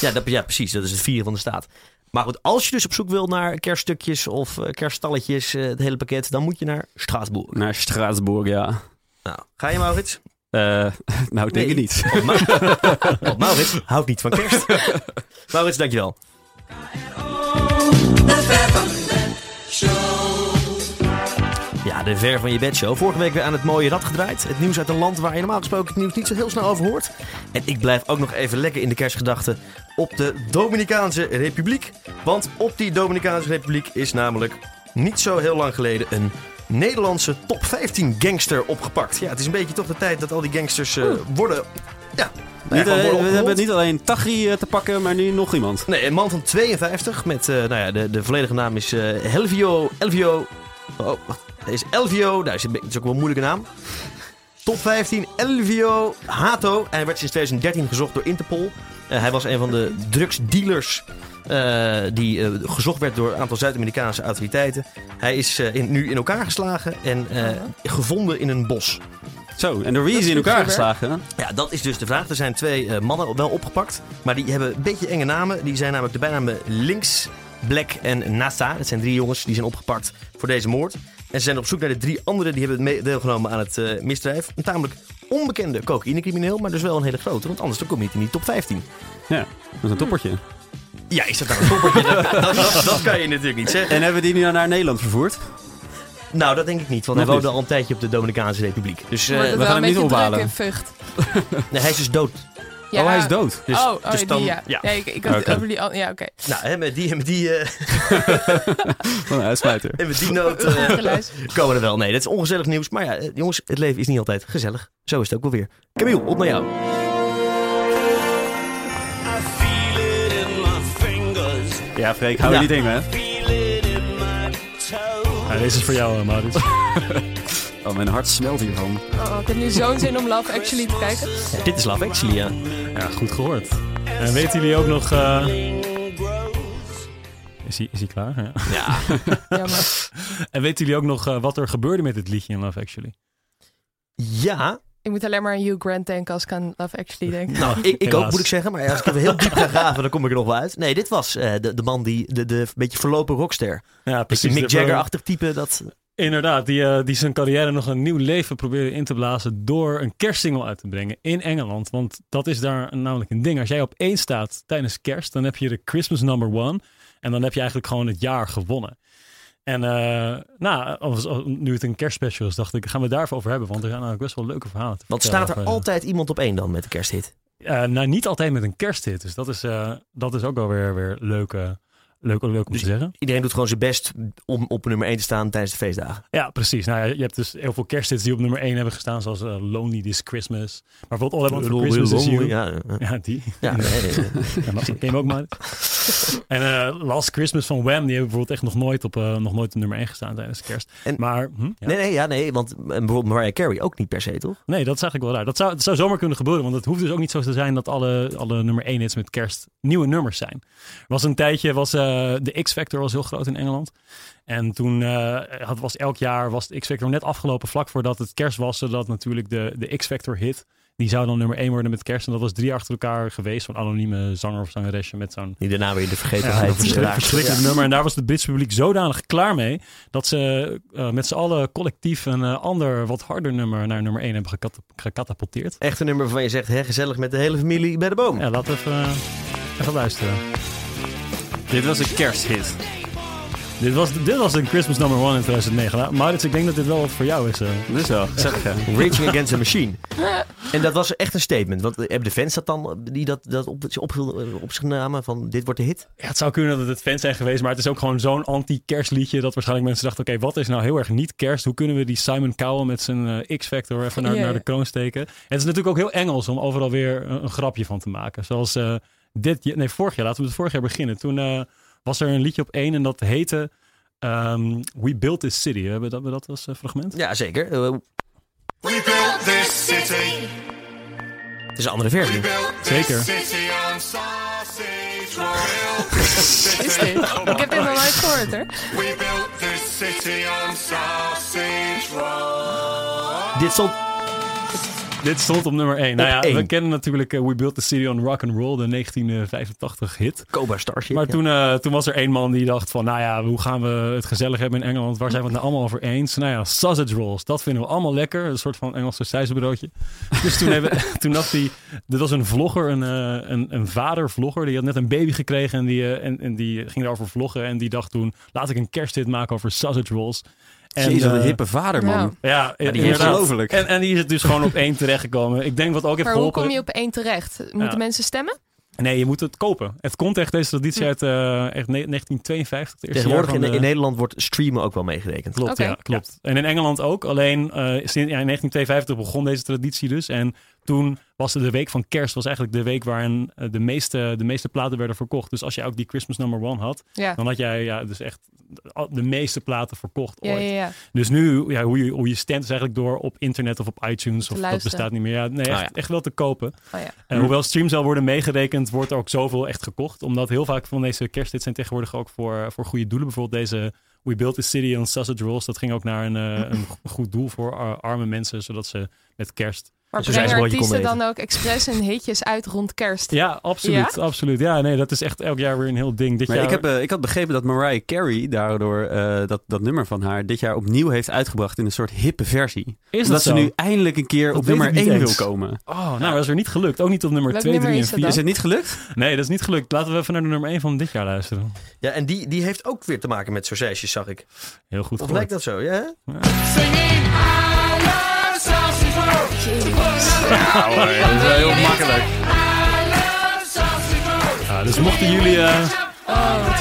Ja, dat, ja, precies. Dat is het vieren van de staat. Maar goed, als je dus op zoek wil naar kerststukjes of eh, kerststalletjes, eh, het hele pakket, dan moet je naar Straatsburg. Naar Straatsburg, ja. Nou, ga je Maurits? Eh, *laughs* nou, ik denk Nee. ik *laughs* niet. Want Ma- Want Maurits houdt niet van kerst. Maurits, dankjewel. Ja, de ver van je bed show. Vorige week weer aan het mooie rad gedraaid. Het nieuws uit een land waar je normaal gesproken het nieuws niet zo heel snel over hoort. En ik blijf ook nog even lekker in de kerstgedachten op de Dominicaanse Republiek. Want op die Dominicaanse Republiek is namelijk niet zo heel lang geleden een Nederlandse top 15 gangster opgepakt. Ja, het is een beetje toch de tijd dat al die gangsters eh, worden... Ja, Niet, gewoon eh, worden Oh. we opgerold. hebben niet alleen Tagri eh, te pakken, maar nu nog iemand. Nee, een man van 52 met, eh, nou ja, de, de volledige naam is eh, Helvio, Elvio, oh, wacht, hij is Elvio, nou, is, een be- is ook wel een moeilijke naam. Top 15, Elvio Hato. Hij werd sinds 2013 gezocht door Interpol. Eh, hij was een van de drugsdealers eh, die eh, gezocht werd door een aantal Zuid-Amerikaanse autoriteiten. Hij is eh, in, nu in elkaar geslagen en eh, gevonden in een bos. Zo, en door wie is hij in goed elkaar gebeurd. geslagen? hè? Ja, dat is dus de vraag. Er zijn twee eh, mannen wel opgepakt, maar die hebben een beetje enge namen. Die zijn namelijk de bijnamen Links, Black en NASA. Dat zijn drie jongens die zijn opgepakt voor deze moord. En ze zijn op zoek naar de drie anderen die hebben mee- deelgenomen aan het eh, misdrijf. Een tamelijk onbekende cocaïnecrimineel, maar dus wel een hele grote. Want anders dan kom je niet in die top 15. Dat is een toppertje. Ja, is dat nou een *laughs* toppertje? dat, dat, dat kan je natuurlijk niet zeggen. En hebben we die nu naar Nederland vervoerd? Nou, dat denk ik niet, want hij Nog woonde niet. al een tijdje op de Dominicaanse Republiek. Dus eh, Wordt het we wel gaan een hem niet beetje druk ophalen. in Vught. nee, hij is dus dood. Ja. Oh, hij is dood. Dus, oh, oh, dus dan, die, ja. Nee, ik, ik had het Oké. over die an- *laughs* Ja, oké. Nou, hè, met die, met die, eh, *laughs* Wat een uitsmijter. en met die noot... eh, *laughs* Geluisterd. *laughs* komen er wel. Nee, dat is ongezellig nieuws. Maar ja, eh, jongens, het leven is niet altijd gezellig. Zo is het ook wel weer. Camille, op naar jou. Ja, Freek, hou Ja. je niet in, hè? Ja, deze is voor jou, eh, Maurits. Oh, mijn hart smelt hiervan. Oh, ik heb nu zo'n zin om Love Actually te kijken. Ja, dit is Love Actually, ja. Ja, goed gehoord. En weten jullie ook nog... eh, Is hij, is hij klaar? Ja. Jammer. *laughs* En weten jullie ook nog eh, wat er gebeurde met dit liedje in Love Actually? Ja, Ik moet alleen maar aan Hugh Grant denken als ik aan Love Actually *laughs* denk. nou, ik, ik ook Helaas. moet ik zeggen. Maar ja, als ik even heel diep ga graven, dan kom ik er nog wel uit. Nee, dit was eh, de, de man die, de, de beetje verlopen rockster. Ja, Beetje Mick De- Jagger-achtig type. Dat, Inderdaad, die, eh, die zijn carrière nog een nieuw leven probeerde in te blazen door een kerstsingle uit te brengen in Engeland. Want dat is daar namelijk een ding. Als jij op één staat tijdens kerst, dan heb je de Christmas number one. En dan heb je eigenlijk gewoon het jaar gewonnen. En eh, nou, als- als- nu het een kerstspecial is, dacht ik, gaan we het daarvoor over hebben. Want er zijn eigenlijk best wel leuke verhalen te want vertellen staat er over- altijd iemand op één dan met de kersthit? eh, nou, niet altijd met een kersthit. Dus dat is, eh, dat is ook wel weer, weer leuk, eh, leuk, leuk om Dus- te zeggen. Iedereen doet gewoon zijn best om op nummer één te staan tijdens de feestdagen. Ja, precies. Nou, ja, je hebt dus heel veel kersthits die op nummer 1 hebben gestaan. Zoals eh, Lonely This Christmas. Maar bijvoorbeeld All I Want For Christmas Is You. Ja, eh, eh. Ja, die. ja, nee, nee, nee. *laughs* Ja, maar dat ken je ook maar. En eh, Last Christmas van Wham, die hebben bijvoorbeeld echt nog nooit op, eh, nog nooit op nummer 1 gestaan tijdens kerst. En- maar hm, ja. Nee, nee, ja, nee, want eh, bijvoorbeeld Mariah Carey ook niet per se, toch? nee, dat is eigenlijk wel raar. Dat zou, dat zou zomaar kunnen gebeuren, want het hoeft dus ook niet zo te zijn dat alle, alle nummer 1 hits met kerst nieuwe nummers zijn. Er was een tijdje, was, eh, de X-Factor was heel groot in Engeland. En toen eh, had, was elk jaar, was de X-Factor net afgelopen vlak voordat het kerst was, zodat natuurlijk de, de X-Factor hit, die zou dan nummer 1 worden met kerst. En dat was drie achter elkaar geweest, zo'n anonieme zanger of zangeresje met zo'n Die daarna weer in de Ja, vergetelheid een verschrik- geraakt. verschrikkelijk nummer. En daar was het Brits publiek zodanig klaar mee... dat ze eh, met z'n allen collectief een eh, ander, wat harder nummer... naar nummer 1 hebben gekat- gecatapulteerd. Echt een nummer waarvan je zegt, hè, gezellig met de hele familie bij de boom. Ja, laten we even, eh, even luisteren. Dit was een kersthit. Dit was, dit was een Christmas number one in 2009. Nou, Maurits, ik denk dat dit wel wat voor jou is. eh. Dus wel, gezellig hè. *laughs* Raging Against the *laughs* Machine. En dat was echt een statement. Want eh, hebben de fans dat dan, die dat, dat op, op, op zich namen van dit wordt de hit? Ja, het zou kunnen dat het fans zijn geweest, maar het is ook gewoon zo'n anti-kerstliedje dat waarschijnlijk mensen dachten, oké, wat is nou heel erg niet kerst? Hoe kunnen we die Simon Cowell met zijn eh, X-Factor even naar, Ja, ja. naar de kroon steken? En het is natuurlijk ook heel Engels om overal weer een, een grapje van te maken. Zoals eh, dit, je- nee, vorig jaar, laten we met vorig jaar beginnen. Toen eh, was er een liedje op één en dat heette ehm, We Built This City. Hebben we dat, we dat als eh, fragment? Ja, zeker. Eh, We built this city. het is een andere versie. Built Zeker. this city on sausage roll. Is dit? Ik heb dit nog nooit gehoord hoor. We built this city on sausage roll. Dit stond... Dit stond op nummer 1. Nou Op ja, we één. kennen natuurlijk eh, We Built the City on Rock and Roll, de 1985 hit. Cobra Starship. Maar ja. toen, eh, toen was er één man die dacht van, nou ja, hoe gaan we het gezellig hebben in Engeland? Waar zijn we het nou allemaal over eens? Nou ja, sausage rolls, dat vinden we allemaal lekker. Een soort van Engelse sausijzenbroodje. Dus toen, hebben, toen dacht hij, dit was een vlogger, een, eh, een, een vader-vlogger. Die had net een baby gekregen en die, eh, en, en die ging daarover vloggen. En die dacht toen, laat ik een kersthit maken over sausage rolls. En, Jezus, wat een eh, hippe vader man. Nou, Ja, die inderdaad. heeft gelooflijk. En, en die is het dus gewoon op één terechtgekomen. Ik denk wat ook heeft maar hoe geholpen... kom je op één terecht? Moeten Ja. mensen stemmen? Nee, je moet het kopen. Het komt echt deze traditie Hm. uit eh, echt ne- 1952. het eerste jaar Tegenwoordig van in, de- in Nederland wordt streamen ook wel meegerekend. Klopt, Oké. ja, klopt. En in Engeland ook. Alleen eh, sinds ja, in 1952 begon deze traditie dus. En toen was de week van kerst was eigenlijk de week waarin eh, de, meeste, de meeste platen werden verkocht. Dus als je ook die Christmas number one had, Ja. Oh, dan had jij ja, dus echt de meeste platen verkocht Ja, ooit. ja, ja. Dus nu, ja, hoe, je, hoe je stemt is eigenlijk door op internet of op iTunes. Of dat luisteren. bestaat niet meer. Ja, nee, Ah, echt, ja. echt wel te kopen. Oh ja. En hoewel streams al worden meegerekend, wordt er ook zoveel echt gekocht. Omdat heel vaak van deze kersthits zijn tegenwoordig ook voor, voor goede doelen. Bijvoorbeeld deze We Built the City on Sausage Rolls. Dat ging ook naar een, eh, een go- goed doel voor eh, arme mensen, zodat ze met kerst... Maar Zo zijn ze brengen wel wat je kon artiesten eten. dan ook expres hun hitjes uit rond kerst? Ja, absoluut. Absoluut. Ja, nee, dat is echt elk jaar weer een heel ding. Dit Maar jaar... ik, heb, eh, ik had begrepen dat Mariah Carey daardoor eh, dat, dat nummer van haar dit jaar opnieuw heeft uitgebracht in een soort hippe versie. is Omdat ze zo? nu eindelijk een keer Dat op weet nummer ik niet 1 wil eens. komen. Oh, nou, maar dat is weer niet gelukt. Ook niet op nummer Welk 2, nummer 3 en is dat 4. dan? Is het niet gelukt? Nee, dat is niet gelukt. Laten we even naar de nummer 1 van dit jaar luisteren. Ja, en die, die heeft ook weer te maken met sausages, zag ik. Heel goed Of gehoord. lijkt dat zo, ja? hè? Singing I love sausage roll. dat is wel heel makkelijk. I love sausage roll. Ja, dus mochten jullie, eh, Oh,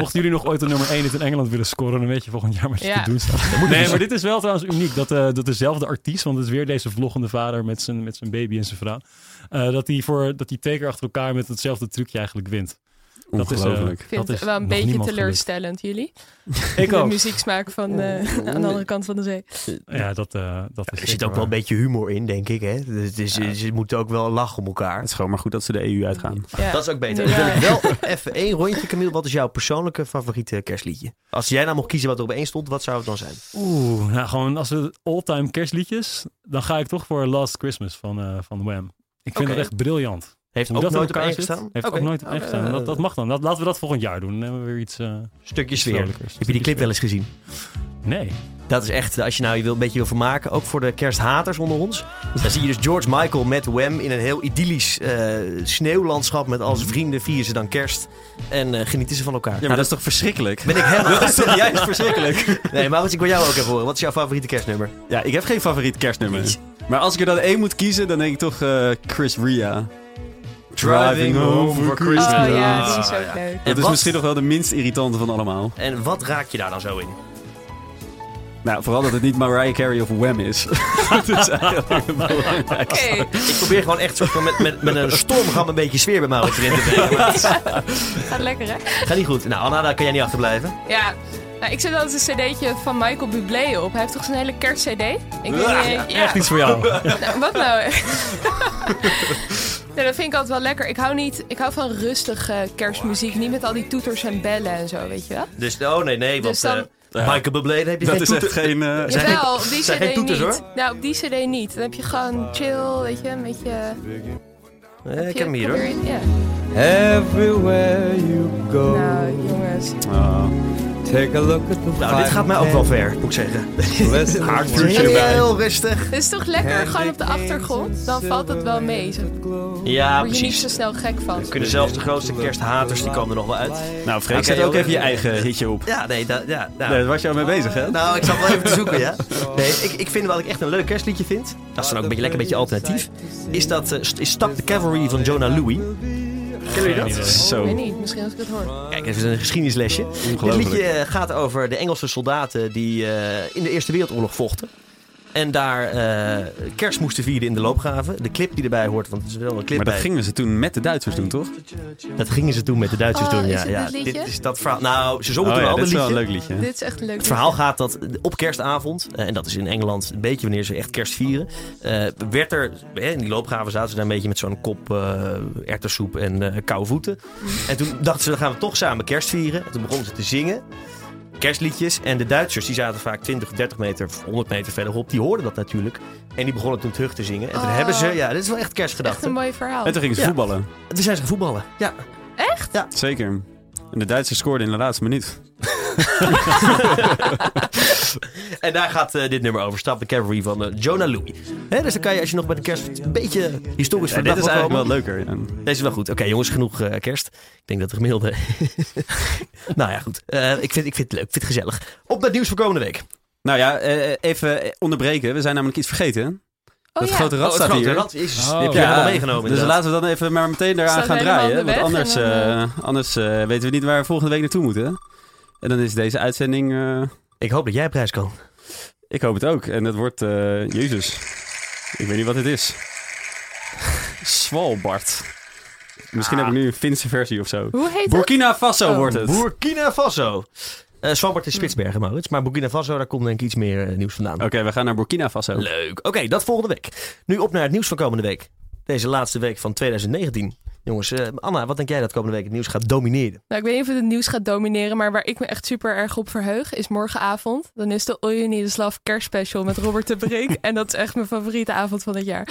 *laughs* mochten jullie nog ooit een nummer 1 in Engeland willen scoren, dan weet je volgend jaar wat je Ja. te doen staat. Nee, maar dit is wel trouwens uniek dat, eh, dat dezelfde artiest, want het is weer deze vloggende vader met zijn, met zijn baby en zijn vrouw, eh, dat hij voor dat hij twee keer achter elkaar met hetzelfde trucje eigenlijk wint. Dat is, eh, Ongelooflijk. ik vind Dat het is wel een nog beetje niemand teleurstellend, jullie. Ik *laughs* De ook. muzieksmaak van eh, aan de andere kant van de zee. Ja, dat, eh, dat is Er zit zeker ook wel een waar. beetje humor in, denk ik. Hè? Dus het is, Ze moeten ook wel lachen om elkaar. Het is gewoon maar goed dat ze de EU uitgaan. Ja. Dat is ook beter. Ja. Dan wil ik wel *laughs* even één rondje, Camille. Wat is jouw persoonlijke favoriete kerstliedje? Als jij nou mocht kiezen wat er op één stond, wat zou het dan zijn? Oeh, nou gewoon als we all-time kerstliedjes, dan ga ik toch voor Last Christmas van, eh, van Wham. Ik vind Oké. dat echt briljant. Heeft Hoe ook dat in nooit op elkaar één zit, gestaan? Heeft Oké. Oh, eh, ook nooit op één Eh, gestaan. Dat, dat mag dan. Dat, laten we dat volgend jaar doen. Dan hebben we weer iets... eh, Stukje sfeer. vrolijkers. Heb je die clip wel eens gezien? Nee. Dat is echt, als je nou je wil, een beetje wil vermaken, ook voor de kersthaters onder ons. Dan zie je dus George Michael met Wham in een heel idyllisch eh, sneeuwlandschap. Met al zijn vrienden vieren ze dan kerst en eh, genieten ze van elkaar. Ja, maar Nou, dat is toch verschrikkelijk? ben ik helemaal... Dat is *laughs* toch juist verschrikkelijk? Nee, Maurits, ik wil jou ook even horen. Wat is jouw favoriete kerstnummer? Ja, ik heb geen favoriet kerstnummer. Maar als ik er dan één moet kiezen, dan denk ik toch eh, Chris Ria. Driving home for Christmas. Oh ja, dat is Ah, ook ja. leuk. En Dat is wat- misschien nog wel de minst irritante van allemaal. En wat raak je daar dan zo in? Nou, vooral dat het niet Mariah Carey of Wham is. *laughs* dat is eigenlijk het belangrijkste. Oké, Ik probeer gewoon echt soort van met, met, met een stormram een beetje sfeer bij Maurits erin te brengen. maar het gaat lekker hè? Gaat niet goed. Nou, Anna, daar kan jij niet achterblijven. Ja. Nou, ik zet altijd een cd'tje van Michael Bublé op. Hij heeft toch zijn hele kerstcd? Ik weet niet, eh, ja. Echt iets voor jou. *laughs* Nou, wat nou? *laughs* nee, dat vind ik altijd wel lekker. Ik hou, niet, ik hou van rustige kerstmuziek. Niet met al die toeters en bellen en zo, weet je wel? Dus, oh nee, nee, want Dus dan- eh, Michael Bublé, daar heb je Dat geen is toeter. echt geen... eh, Zijn geen- Jawel, op die zijn cd geen toeters, niet. hoor. Nou, op die cd niet. Dan heb je gewoon chill, weet je, een beetje... Eh, ik heb hem hier hoor. probeer- Ja. Everywhere you go, Nou, jongens. oh. Take a look at the Nou, dit gaat mij ook wel ver, moet ik zeggen. Haardvuurtje Heel rustig. Het is toch lekker, gewoon op de achtergrond. Dan valt het wel mee. Daar Ja, word je niet zo precies. snel gek van. We kunnen zelfs de grootste kersthaters, die komen er nog wel uit. Nou, Freek, Oké, zet ook jongen. even je eigen Ah, ritje op. Ja, nee, dat, ja, nou. Nee, Daar was je al mee bezig, hè? Nou, ik zat wel even te zoeken, ja. Nee, ik, ik vind wat ik echt een leuk kerstliedje vind. Dat is dan ook een beetje lekker, een beetje alternatief. Is dat eh, st- is Stop the Cavalry van Jonah Louie. Kennen jullie dat? Ik weet Zo, niet, misschien als ik het hoor. Kijk, even een geschiedenislesje. Dit liedje ongelooflijk. eh, gaat over de Engelse soldaten die eh, in de Eerste Wereldoorlog vochten. En daar eh, kerst moesten vieren in de loopgraven. De clip die erbij hoort, want er is wel een clip Maar dat bij. gingen ze toen met de Duitsers doen, toch? Dat gingen ze toen met de Duitsers Oh, doen, is ja. het ja. dit liedje? Dit is dat verhaal. Nou, ze Oh zongen toen ja, al dat is liedje. wel een leuk liedje. hè? Dit is echt een leuk. Het verhaal gaat dat op kerstavond, eh, en dat is in Engeland een beetje wanneer ze echt kerst vieren, eh, werd er, eh, in die loopgraven zaten ze daar een beetje met zo'n kop eh erwtensoep en eh koude voeten. En toen dachten ze, dan gaan we toch samen kerst vieren. En toen begonnen ze te zingen, kerstliedjes. En de Duitsers, die zaten vaak 20, 30 meter, of 100 meter verderop, die hoorden dat natuurlijk. En die begonnen toen terug te zingen. En toen Oh. hebben ze, ja, dit is wel echt Echt een kerstgedachten. mooi verhaal. En toen gingen ze Ja. voetballen. En toen zijn ze gaan voetballen. Ja, Zeker. En de Duitsers scoorden in de laatste minuut. *laughs* En daar gaat eh, dit nummer over. Stop the Cavalry van eh, Jonah Louie. Hè, dus dan kan je als je nog bij de kerst een beetje historisch Ja, voor dit de is dag wil eigenlijk komen. wel leuker. En- Deze is wel goed. Oké jongens, genoeg eh, kerst. Ik denk dat de gemiddelde... *laughs* nou ja, goed. Eh, ik, vind, ik vind het leuk. Ik vind het gezellig. Op naar het nieuws voor komende week. Nou ja, eh, even eh, onderbreken. We zijn namelijk iets vergeten. oh, dat ja. grote Oh, rad het staat grote hier. rad is... Oh. Die heb je Ja, helemaal meegenomen Dus inderdaad. laten we dan even maar meteen daaraan Staat gaan helemaal draaien. aan de Want weg anders, en dan, eh, anders eh, weten we niet waar we volgende week naartoe moeten. En dan is deze uitzending... eh, Ik hoop dat jij op reis kan. ik hoop het ook. En dat wordt... eh, Jezus. Ik weet niet wat dit is. Svalbard. Misschien heb ik nu een Finse versie of zo. Hoe heet dat? Burkina Faso Ah. Oh. wordt het. Oké, Burkina Faso. Eh Svalbard is Spitsbergen, Maurits. Maar Burkina Faso, daar komt denk ik iets meer eh, nieuws vandaan. we gaan naar Burkina Faso. Leuk. Oké, dat volgende week. Nu op naar het nieuws van komende week. Deze laatste week van 2019. Jongens, eh, Anna, wat denk jij dat komende week het nieuws gaat domineren? Nou, ik weet niet of het het nieuws gaat domineren, maar waar ik me echt super erg op verheug is morgenavond. Dan is de All You Need Is Love kerstspecial met Robert *laughs* de Brink. en dat is echt mijn favoriete avond van het jaar.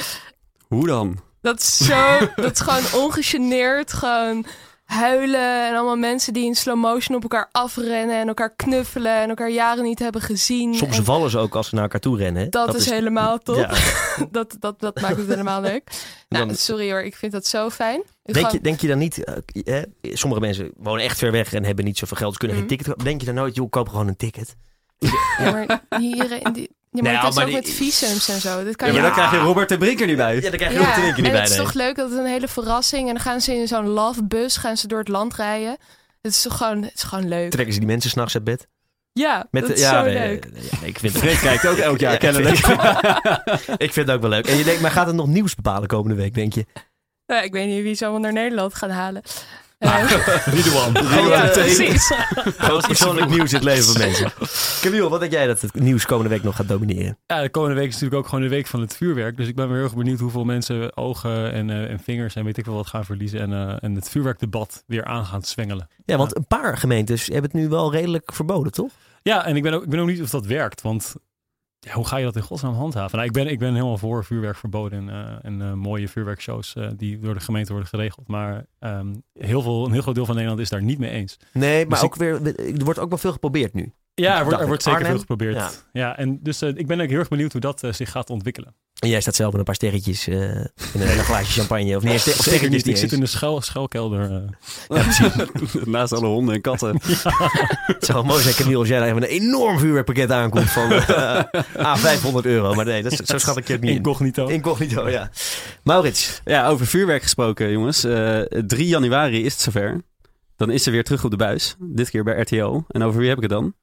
Hoe dan? Dat is zo, dat is gewoon ongegeneerd, gewoon huilen en allemaal mensen die in slow motion op elkaar afrennen en elkaar knuffelen en elkaar jaren niet hebben gezien. Soms En vallen ze ook als ze naar elkaar toe rennen. hè? dat, is, helemaal top. *laughs* Ja. Dat, dat, dat maakt het helemaal *laughs* leuk. Nou, Dan- sorry hoor, ik vind dat zo fijn. Ik Denk, gewoon- je, denk je dan niet, eh, eh, sommige mensen wonen echt ver weg en hebben niet zoveel geld, ze kunnen Mhm. geen ticket kopen. Denk je dan nooit, joh, koop gewoon een ticket? Ja, maar hier in die... Ja, maar Nou, dat is maar ook die- met visums en zo. Dat kan Ja, je maar dan krijg je Robert de Brink er niet bij. Ja, dan krijg je ook Ja, een en drinken niet bij. het is nee. toch leuk dat het een hele verrassing en dan gaan ze in zo'n lovebus gaan ze door het land rijden. Het is toch gewoon, het is gewoon leuk. Trekken ze die mensen s'nachts uit bed? Ja, Met, dat de- is ja, zo nee, leuk. nee, nee, ik *laughs* vind het Freek kijkt ook elk jaar *laughs* Ja, kennelijk. ik vind- Ik vind het ook wel leuk. En je denkt, maar gaat het nog nieuws bepalen komende week, denk je? Nou, ik weet niet wie ze allemaal naar Nederland gaan halen. Eh, *laughs* Oh, Ridouan. ja, precies. Groot persoonlijk nieuws in het leven *laughs* van mensen. Camille, wat denk jij dat het nieuws komende week nog gaat domineren? Ja, de komende week is natuurlijk ook gewoon de week van het vuurwerk. Dus ik ben weer heel erg benieuwd hoeveel mensen ogen en, eh, en vingers en weet ik veel wat gaan verliezen. En, eh, en het vuurwerkdebat weer aan gaan zwengelen. Ja, want een paar gemeentes hebben het nu wel redelijk verboden, toch? Ja, en ik ben ook, ik ben ook niet of dat werkt. Want ja, hoe ga je dat in godsnaam handhaven? Nou, ik, ben, ik ben helemaal voor vuurwerkverbod en, eh, en eh, mooie vuurwerkshows eh, die door de gemeente worden geregeld. Maar ehm, heel veel, een heel groot deel van Nederland is daar niet mee eens. Nee, maar Dus ik- ook weer, er wordt ook wel veel geprobeerd nu. Ja, er wordt, Dacht er ik, wordt zeker Arnhem? veel geprobeerd. Ja. en dus eh, ik ben ook heel erg benieuwd hoe dat eh, zich gaat ontwikkelen. En jij staat zelf met een paar sterretjes eh, en een *laughs* glaasje champagne. Of nee, ste- of Zeker sterretjes niet. Ik zit eens. in de schuil, schuilkelder. eh. Naast alle honden en katten. Het zou wel mooi zijn, Camille, als jij daar even een enorm vuurwerkpakket aankomt *laughs* van eh, ah, 500 euro. Maar nee, dat, is- zo schat ik je het niet in. Incognito. Incognito, ja. Maurits, Ja, over vuurwerk gesproken, jongens. Eh, 3 januari is het zover. Dan is ze weer terug op de buis. Dit keer bij RTL. En over wie heb ik het dan?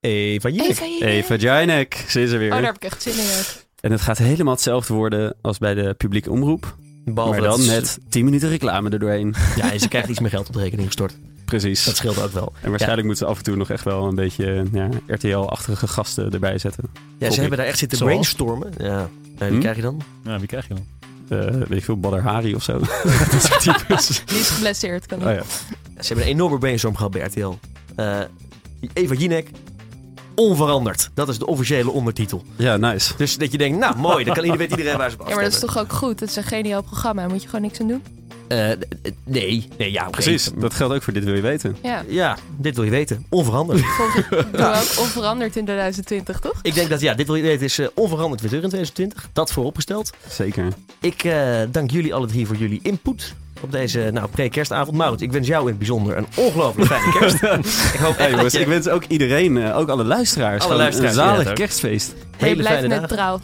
Eva Jinek. Even hier. Eva Jinek. Ze is er weer. Oh, daar heb ik echt zin in. ook. En het gaat helemaal hetzelfde worden als bij de publieke omroep. Behalve maar dan dat- met 10 minuten reclame erdoorheen. *laughs* Ja, en ze krijgt iets meer geld op de rekening gestort. Precies. Dat scheelt ook wel. En waarschijnlijk moeten ze af en toe nog echt wel een beetje ja, RTL-achtige gasten erbij zetten. Ja, ze Topic. hebben daar echt zitten Zoals? brainstormen. Ja, nou, die Hm? krijg je dan. Ja, wie krijg je dan? Eh, weet ik veel, Badr Hari of *laughs* zo. Dat soort types. Die is geblesseerd. Kan Oh ja. Ze hebben een enorme brainstorm gehad bij RTL. Eh, Eva Jinek, onveranderd. Dat is de officiële ondertitel. ja, nice. Dus dat je denkt, nou mooi, dan kan iedereen, weet iedereen waar ze op Ja, maar dat is afstemmen. toch ook goed. Het is een geniaal programma. Daar moet je gewoon niks aan doen. Eh, eh, nee, nee, ja, oké. Precies, dat geldt ook voor dit wil je weten. Ja, Ja, dit wil je weten. Onveranderd. *laughs* volgens doen we ook onveranderd in 2020, toch? ik denk dat, ja, dit wil je weten is eh, onveranderd weer terug in 2020. Dat vooropgesteld. Zeker. Ik eh, dank jullie alle drie voor jullie input op deze nou, pre-kerstavond. Maurits, ik wens jou in het bijzonder een ongelooflijk *laughs* fijne *laughs* kerst. ik hoop Hey, echt dat jongens, je ik wens ook iedereen, eh, ook alle luisteraars, gewoon luisteraars, een zalig inderdaad ook. kerstfeest. Hey, hele blijf fijne net dagen. trouw.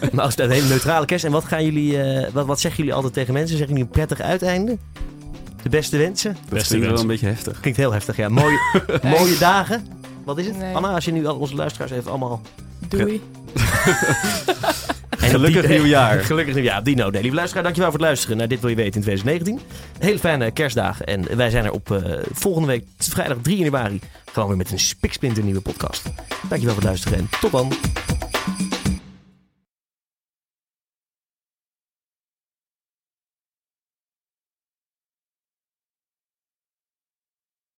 Nou, als het een hele neutrale kerst. En wat, gaan jullie, eh, wat, wat zeggen jullie altijd tegen mensen? Zeggen jullie een prettig uiteinde? De beste wensen? Dat Beste vind ik wel wens. een beetje heftig. Klinkt heel heftig, ja. *laughs* Mooie, *laughs* mooie dagen. Wat is het? Nee. Anna, als je nu al onze luisteraars even allemaal... Doei. En Gelukkig die- nieuwjaar. *laughs* Gelukkig nieuwjaar. Dino, Daily Luisteraar, dankjewel voor het luisteren naar Dit Wil Je Weten in 2019. Hele fijne kerstdagen. En wij zijn er op eh, volgende week, vrijdag 3 januari, gewoon weer met een spiksplinter nieuwe podcast. Dankjewel voor het luisteren en tot dan.